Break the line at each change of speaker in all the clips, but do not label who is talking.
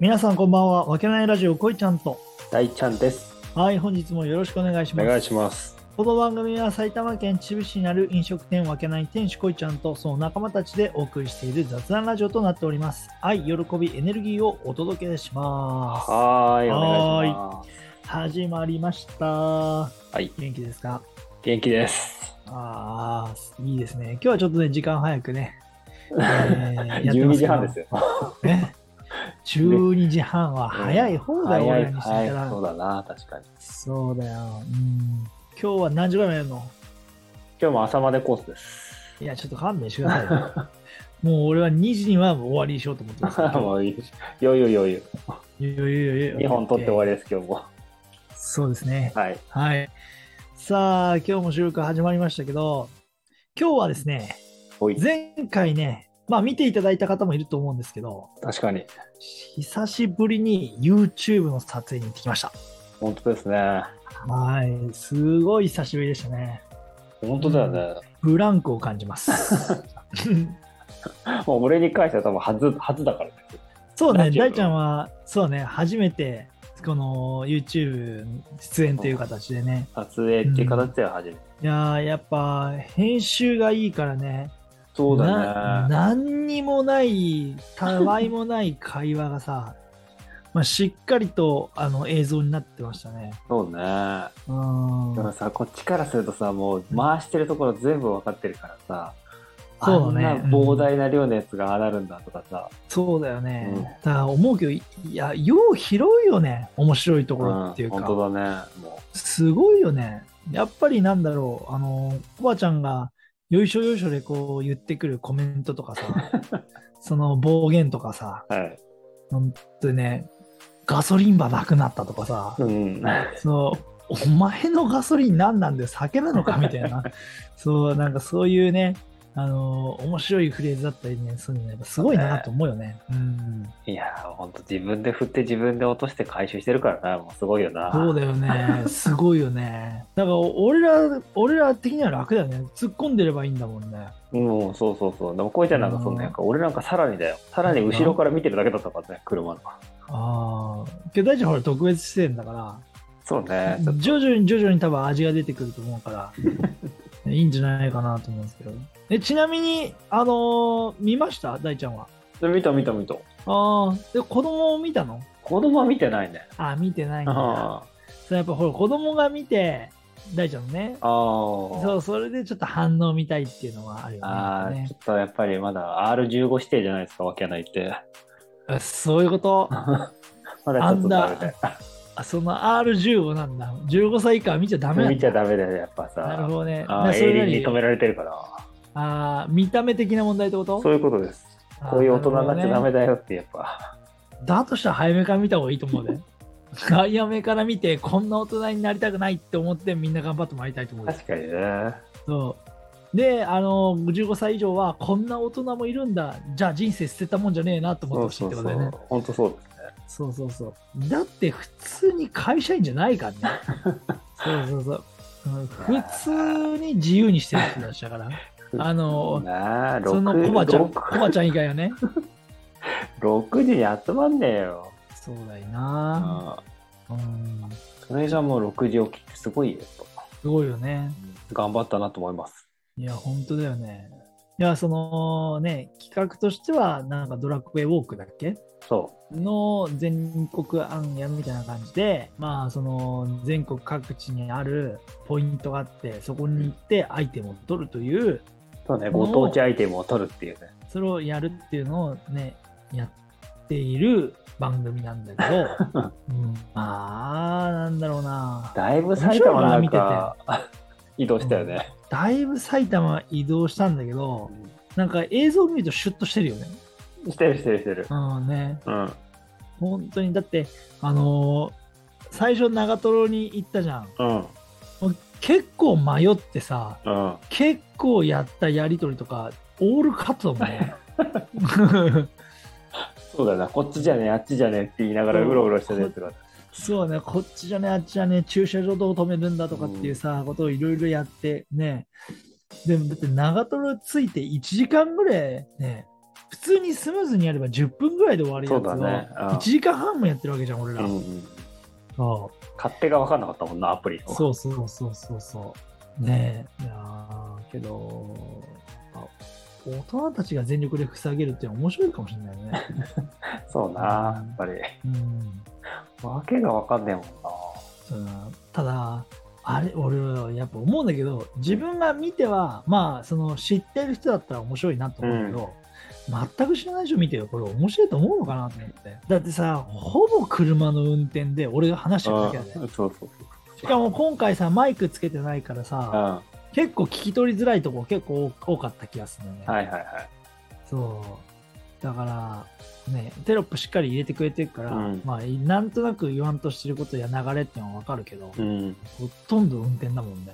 皆さんこんばんはわけないラジオこいちゃんと
大ちゃんです。
はい本日もよろしくお願いし
お
ます
願いします。
この番組は埼玉県秩父市にある飲食店わけない店主こいちゃんとその仲間たちでお送りしている雑談ラジオとなっております愛喜びエネルギーをお届けします
はーい、お願いします。
始まりましたはい元気ですか
元気です。
ああいいですね今日はちょっとね時間早く ね、えーやってま
12
すけど
時半ですよ。
ね、12時半は早い方だよ、
早
俺
い、
らにして
早
み
い
たら。
そうだな、確かに。
そうだよ、うん。今日は何時ぐらいまでやるの
今日も朝までコース です。
いや、ちょっと勘弁してください よ。もう俺は2時にはもう終わりにしようと思ってます。
もういい。余裕余裕。
いやいやいやいや
2本取って終わりです、今日も。
そうですね。
はい。
はい。さあ、今日も収録始まりましたけど、今日はですね、
おい、
前回ね、まあ見ていただいた方もいると思うんですけど、
確かに。
久しぶりに YouTube の撮影に行ってきました。
本当ですね。
はい、すごい久しぶりでしたね。
本当だよね。
ブランクを感じます。
もう俺に関しては多分初、初だからね。
そうね、
ラジオ
大ちゃんは、そうね、初めて、この YouTube 出演という形でね、
撮影っていう形では初めて。
いやーやっぱ編集がいいからね、
そうだ
な
ね。
何にもない、たわいもない会話がさ、 まあ、しっかりとあの映像になってましたね。
そうね。
う
でも
ん
さ、こっちからするとさ、もう回してるところ全部わかってるからさ、
そうだね
あんな膨大な量のやつがああなるんだとかさ、
そうだよね、
うん
だから思うけど、いや、よう広いよね、面白いところっていうか。
ん、本当だね。も
すごいよね。やっぱりなんだろう、あの、コバちゃんが、よいしょよいしょでこう言ってくるコメントとかさ、 その暴言とかさ、
う、はい。
本当にね、ガソリン場なくなったとかさ、
うん。
そう、お前のガソリン何なんだよ、酒なのかみたい な、そう、なんかそういうね、あの、面白いフレーズだったりね、そういうのねやっぱすごいなと思うよね。うん。
いやー、ほんと自分で振って自分で落として回収してるからな、もうすごいよな。
そうだよね、 すごいよね。だから俺ら、俺ら的には楽だよね。突っ込んでればいいんだもんね。
うん、そうそうそう。でも、こういちゃんなんかそんな、なんか俺なんかさらにだよ。さらに後ろから見てるだけだったからね、車の。
ああ。けど大ちゃんほら特別視点だか
そう
ら
ね。ちょっ、
徐々に徐々に多分味が出てくると思う から、いいんじゃないかなと思うんですけど。えちなみに、あのー見ました大ちゃんは。
と見た見た見た。
ああ。で、子供を見たの
子供は見てないね。
あー見てないんだ。
あ
そうやっぱほら、子供が見て、大ちゃんのね
あ。。ああ。
そう、それでちょっと反応見たいっていうのはあるよ
ああ、
ね。
ちょっとやっぱりまだ R15 指定じゃないですか、わけないって。
あそういうこと。
まだちょっとダメだよ。
あその R15 なんだ。15歳以下は見ちゃダメなん
見ちゃ
だ。
ダメだよ、やっぱ
なるほ
さ。
どね。
あ
な
あ、
それな
永
り
遠に止められてるから。
あー見た目的な問題ってこと
そういうことです。こういう大人になっちゃダメ
だ、
だよって、やっぱ。
だとしたら早めから見た方がいいと思う で。早めから見て、こんな大人になりたくないって思って、みんな頑張ってもらいたいと思うで
確かにね。
そうで、あの、15歳以上は、こんな大人もいるんだ。じゃあ人生捨てたもんじゃねえなと思って
そ
ほ
う
しいっ
そ
てこと
うそ
だよね
う。。本当そうですね。
そうそうそう。だって普通に会社員じゃないからね。 そうそうそう。うん普通に自由にしてる人たちだ から。あの
なあ、
そのコバちゃん、コバ
6
ちゃん以外はね。
時に集まんねえよ。
そうだよな。
ああ
うん。
それじゃもう6時起きってすごいよ。やっぱ
すごいよね。
頑張ったなと思います。
いや、本当だよね。いや、そのね、企画としては、なんかドラクエウォークだっけ
そ
の全国案やみたいな感じで、まあ、その全国各地にあるポイントがあって、そこに行ってアイテムを取るという、
う。そうね、ご当地アイテムを取るっていうね。
それをやるっていうのをね、やっている番組なんだけど、うん、まあ、なんだろうな。
だいぶ埼玉なん
面白い
か移動したよね。
だいぶ埼玉移動したんだけど、なんか映像見るとシュッとしてるよね。
してるしてるしてる。
うんね。
うん。
本当に、だって、あのー最初長瀞に行ったじゃん。
うん。
もう結構迷ってさ、
うん。
結構やったやりとりとか、オールカットだも んね。
そうだな、こっちじゃねえ、あっちじゃねえって言いながら
そう
うろうろしてるやつが。
そうね、こっちじゃね、あっちじゃね、駐車場どう止めるんだとかっていうさ、ことをいろいろやってね。でも、だって長瀞ついて1時間ぐらいね、普通にスムーズにやれば10分ぐらいで終わるやつ
そう
を
だね。
1時間半もやってるわけじゃん、俺
う
ら。
んうん。
そ
勝手が分かんなかったもんな、アプリ
う
の。
そうそうそうそうそう。ねえ。いやーけど、あ大人たちが全力で塞げるって面白いかもしれないね。
そうな、やっぱり。
うん
わけが分かんねえもんな。
うんただあれ俺はやっぱ思うんだけど自分が見てはまあその知ってる人だったら面白いなと思うけど、全く知らない人見てよこれ面白いと思うのかなと思ってだってさほぼ車の運転で俺が話してるだけだ
う
ね
んそうそうそう。
しかも今回さマイクつけてないから
うん。
さ
は
結構聞き取りづらいとこ結構多かった気がするね、
いはいはい。
そうだからねテロップしっかり入れてくれてるから、
うん
まあなんとなく言わんとしてることや流れっていうのは分かるけど、
うん。
ほとんど運転だもんね。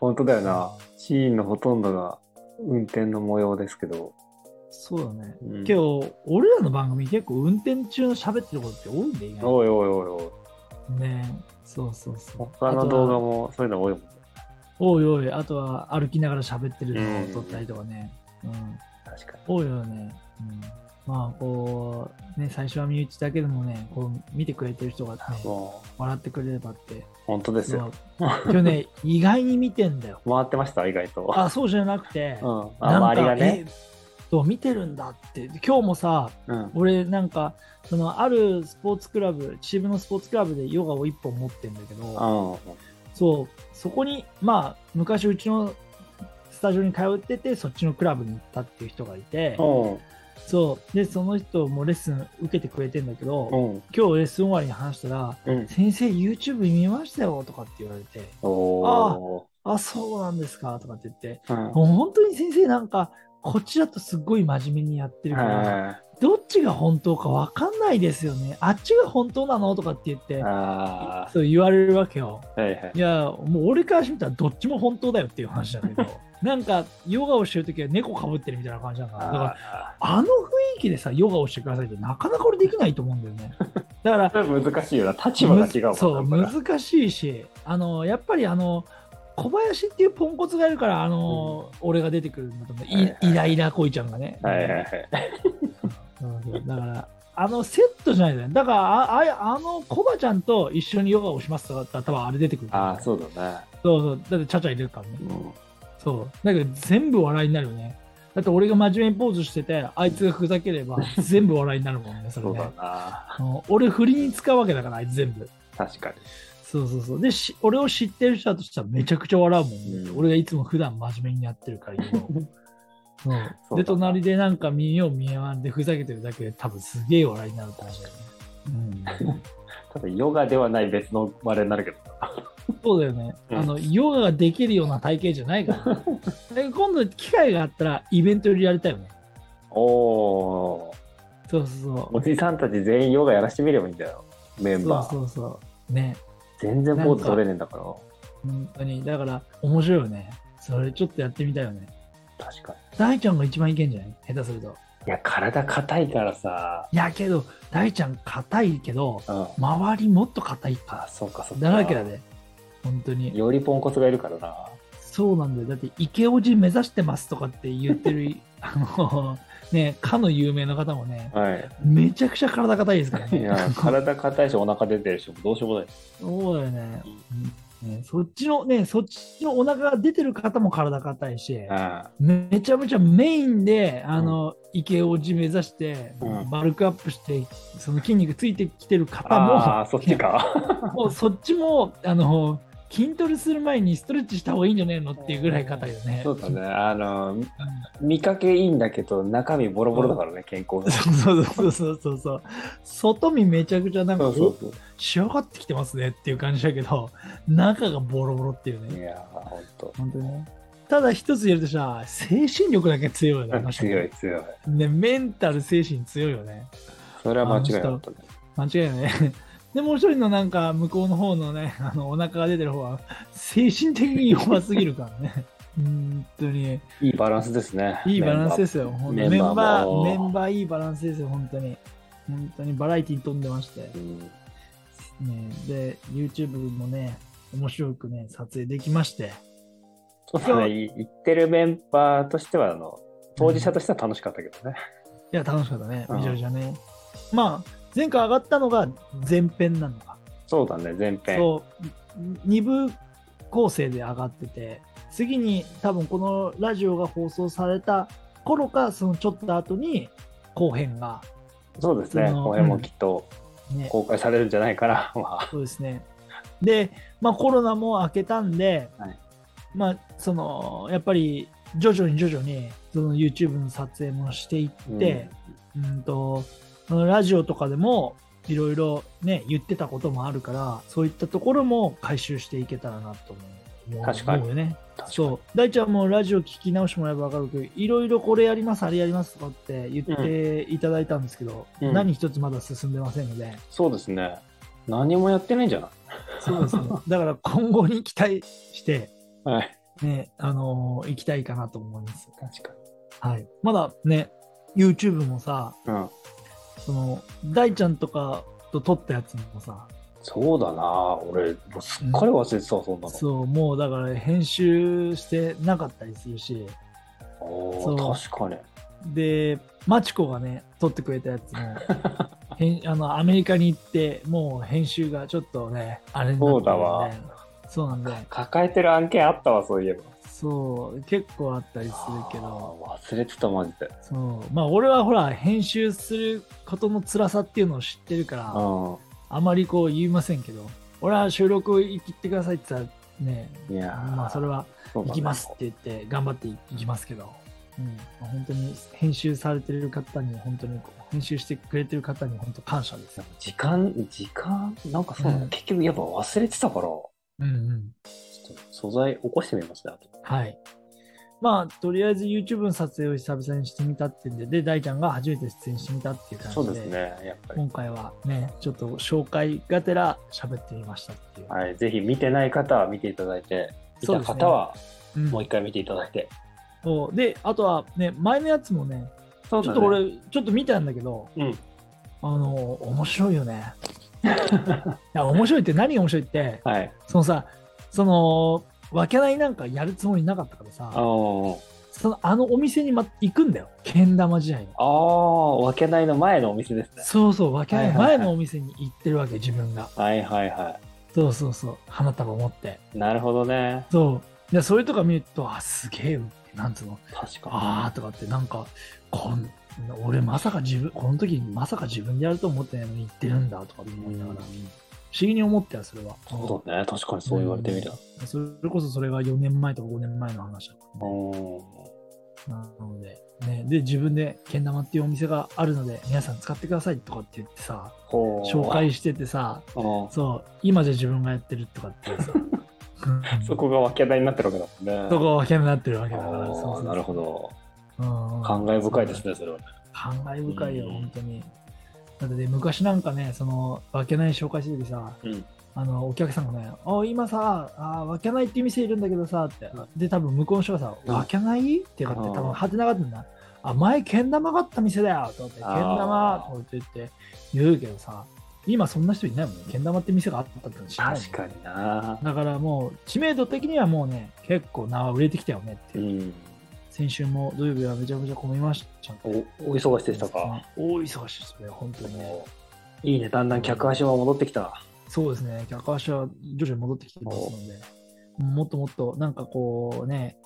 本当だよな。シーンのほとんどが運転の模様ですけど。
そうだね。
うん
けど、俺らの番組結構運転中の喋ってることって多いんで、意外
おいおいおいおい。
とね。そうそうそう。
他の動画
も。
もそういうの多いもんね。
おいおい、あとは歩きながら喋ってるのを
うん
撮ったりとかね。うん。
確かに。
多いよね。うん。まあ、こう、ね、最初は身内だけでもね、こう見てくれてる人がね、
もう、
笑ってくれればって。
本当ですよ。
そう今日ね、意外に見てんだよ。
回ってました、意外と。
あ、そうじゃなくて、
うん。あ
なんか
周りがね。。
えそう見てるんだって。今日もさ、
うん。
俺なんかそのあるスポーツクラブ秩父のスポーツクラブでヨガを1本持ってんだけど
う
そうそこにまあ昔うちのスタジオに通っててそっちのクラブに行ったっていう人がいて
ん。うん。
そうでその人もレッスン受けてくれてんだけ
う
ど
ん。
今日レッスン終わりに話したら
うん
「先生 YouTube 見ましたよ」とかって言われて
お
「あそうなんですか」とかって言って
ー。うん。
もう本当に先生なんかこっちだとすっごい真面目にやってるから。
は
どっちが本当か分かんないですよね。あっちが本当なのとかって言って
い。、あ
そう言われるわけよ。
あ。はいはい
い。や、もう俺からしてみたらどっちも本当だよっていう話だけど、 なんかヨガをしてるときは猫かぶってるみたいな感じだから、だから
あ
あの雰囲気でさ、ヨガをしてくださいってなかなか俺できないと思うんだよ ね。だから、
ー難しいよな。立場が違うもんな
そう、
だから
難しいし、あの、やっぱりあの、小林っていうポンコツがいるから、あの、俺が出てくるんだと思う。
はい
いイライラ恋ちゃんがね。
はいはいはい。
そうそうだから、あのセットじゃないじゃん。だから、あああのコバちゃんと一緒にヨガをしますとかだったら、多分あれ出てくる。
ああ、そうだね。
そうそう。だって、ちゃちゃ入れるからね
う。ん。
そう。だけど、全部笑いになるよね。だって、俺が真面目にポーズしてて、あいつがふざければ、 全部笑いになるもんね、それ
そうだ
ね。
な。
うん俺、振りに使うわけだから、あいつ全部。
確かに。
そうそうそう。で、し俺を知ってる人だとしたら、めちゃくちゃ笑うもんね。
うん
俺がいつも普段真面目にやってる から、いろいろそう
そうだな
で、隣でなんか見よう見えまんでふざけてるだけで、多分すげえ笑いになると思うんだよね。うん
ただ、ヨガではない別のあれになるけど。
そうだよね、
うん
あのヨガができるような体型じゃないからね、 で今度機会があったらイベントよりやりたいよね
おお。
そうそうそ
おじさんたち全員ヨガやらしてみればいいんだよ。メ
う
ン
そう
バー。
そうそうね
全然ポーズ取れねえんだから。
本当にだから面白いよねそれちょっとやってみたいよね
確かに。
大ちゃんが一番いけんじゃない下手すると
いや、体硬いからさ。
いやけど大ちゃん硬いけど
うん。
周りもっと硬いか
あ、そうか、そうか。
らだらけだね本当に
よりポンコツがいるからな。
そうなんだよだって池おじ目指してますとかって言って るあのねかの有名な方もね
は
めちゃくちゃ体硬いですから
い。
ね
いや、体硬いし、お腹出てるし、どうしようもない。
そうだよね。ねそっちのね、そっちのお腹が出てる方も体硬いし、
あ
めちゃめちゃメインで、あの、池王子目指して、
うん
バルクアップして、その筋肉ついてきてる方も、
あー、そっち か。
もうそっちも、あの、筋トレする前にストレッチした方がいいんじゃねえのっていうぐらい硬いよね。
そうだね。あの、見かけいいんだけど、中身ボロボロだからね、健康な。
そうそうそうそうそう。外見めちゃくちゃなんか、
そうそうそう。
お仕上がってきてますねっていう感じだけど、中がボロボロっていうね。
いやー、ほんと。
本当にね。ただ一つ言えるとしたら精神力だけ強いよね。あの人
強い強い。
ね、メンタル、精神強いよね。
それは間違いなかったね。
間違いない ね。で、もう一人のなんか、向こうの方のね、 あの、お腹が出てる方は、精神的に弱すぎるからね。 本当に、
いいバランスですね。
いいバランスですよ。本当にメ
メ
ン
ン
バ
バー
ー、
も
メンバーいいバランスですよ、本当に。本当にバラエティに飛んでまして。
うん
ね、で、YouTube もね、面白くね、撮影できまして。
そうだね。い行ってるメンバーとしては、あの、当事者としては楽しかったけどね。
いや、楽しかったね、
うん
めちゃめちゃね。まあ、前回上がったのが前編なのか。
そうだね、前編。
そう、2部構成で上がってて、次に多分このラジオが放送された頃か、そのちょっと後に後編が、
そうですね、
その
後編もきっと
ね、
公開されるんじゃないかな。まあ、
そうですね。で、まあ、コロナも明けたんで、
はい
まあ、その、やっぱり徐々に徐々に、その YouTube の撮影もしていって、うん、と、そのラジオとかでも、いろいろね、言ってたこともあるから、そういったところも回収していけたらなと思う。思う
確かに
思うよね。
確かに
そう。大ちゃんもラジオ聞き直してもらえば分かるけど、いろいろこれやります、あれやりますとかって言っていただいたんですけど、
うん
何一つまだ進んでませんので、
そうですね。何もやってないんじゃない
そうですね。 だから今後に期待して、
はい。
ね、あのー行きたいかなと思います。
確か
はい。まだね、YouTube もさ、
に。うん。
その、大ちゃんとかと撮ったやつもさ、
そうだな俺、もうすっかり忘れてた、そんなの。
そう、もうだから編集してなかったりするし、
おー確かに。
で、マチコがね、撮ってくれたやつ も、編あのアメリカに行って、もう編集がちょっとね、あれになってるんで
そうだわ。
そうなんで、
抱えてる案件あったわ、そういえば。
そう、結構あったりするけど、
あー忘れてた、マジで。
そうまあ俺はほら編集することの辛さっていうのを知ってるからあ
う
まりこう言いませんけど俺は収録行きってくださいって言ったらね
ん。いやー
まあそれは
そうだね
行きますって言って頑張って行きますけど、うんまあ本当に編集されてる方に本当にこう編集してくれてる方に本当感謝ですよ、
時間、時間、なんかそうなの、
うん
結局やっぱ忘れてたから、ちょ
うんうん、
っと素材起こしてみますね、あと
はいまあとりあえず YouTube の撮影を久々にしてみたっていうんでで大ちゃんが初めて出演してみたっていう感じ
そうですね、やっぱり。
今回はね、ちょっと紹介がてら喋ってみましたっていう。
はい、ぜひ見てない方は見ていただいて、見
そう
た
ですね
方は
うん
もう一回見ていただいて。
そうで、あとはね、前のやつもね、
そう
ちょ
だね
っと俺、ちょっと見たんだけど、
うん
あの、面白いよね。 いや、面白いって何が面白いって、
はい。
そのさ、その、わけないなんかやるつもりなかったから
あ
さ、
ー
そのあのお店に、ま、行くんだよ、けん玉時代に。
あー、わけないの前のお店ですね。
そうそう、わけな
はいいはいは
前
い
のお店に行ってるわけ、自分が。
はいはいは
そうそうそう、花束持って。
い。なるほどね。
そう。で、それとか見ると、あ、すげえ、なんつうの、
確か
あーとかって、なんか、こん、俺まさか自分、この時まさか自分でやると思ってないのに言ってるんだとかって
に。
思いながら、
うん
不思議に思ったよ、それは。
そうだね、確かにそう言われてみれば。
それこそそれが4年前とか5年前の話だったね
うん
なので、ね、で、自分で、けん玉っていうお店があるので、皆さん使ってくださいとかって言ってさ、
ほう
紹介しててさ、
うん
そう、今じゃ自分がやってるとかって さ、うん
そこがわけないになってるわけだもんね。
そこがけになってるわけだから、
あ
そうそうそ
ー
う
なるほど。
うん
感慨深いですね、それはね。
感慨深いよ、
うん
本当に。だってね、昔なんかね、その、わけない紹介してる時さ、
うん
あの、お客さんがね、あ、今さ、あ、わけないっていう店いるんだけどさ、って。で、多分向こうの人がさ、
うん
わけないって言って、多
あー
分はてなかったんだ。あ、前、けん玉があった店だよ、と思って、けん
あー
玉、とかって言って、言うけどさ、今そんな人いないもんね。けん玉って店があったっての知らないもんね
確かにな。
だからもう、知名度的にはもうね、結構名売れてきたよねって
う
いう。
ん。
先週も土曜日はめちゃめちゃ混みました。
お、お忙しいでしたか。。
大忙しいですね、本当にね。
もういいね、だんだん客足は戻ってきた。
そうですね、客足は徐々に戻ってきてますので、もっともっと、なんかこうね、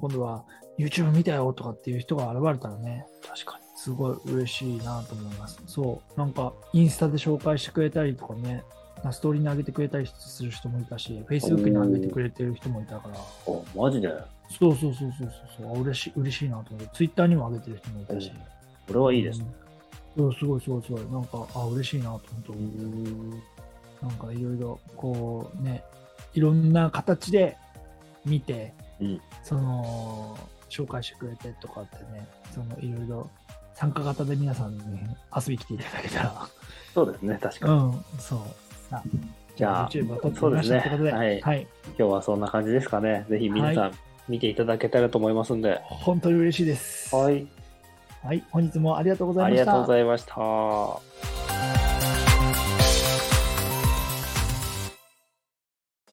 今度は YouTube 見たよとかっていう人が現れたらね、
確か
すごい嬉しいなと思います。そう、なんかインスタで紹介してくれたりとかね、ストーリーに上げてくれたりする人もいたし、Facebook に上げてくれてる人もいたから、
に。お、マジで。
そうそうそうそうそうそう、あ嬉しい、嬉しいなと思って、Twitter にも上げてる人もいたし。
これはいいですね。
うん。うんすごいすごいすごい。なんか、あ、嬉しいなと本当
う
に思って、な
ん
んかいろいろ、こうね、いろんな形で見て、
うん
その、紹介してくれてとかってね、そのいろいろ参加型で皆さんに、遊び来ていただけた ら、
そうですね、確か
う
に。
ん、そう。さあ、
じゃあ、
YouTube は撮ってみましたということで、
そうですね
はい。
今日はそんな感じですかね。ぜひ皆さん見ていただけたらと思いますんで。
本当に嬉しいです。。
はいい、
はい、本日もありがとうござ
あ
いま
り
し
が
た。
とうございました。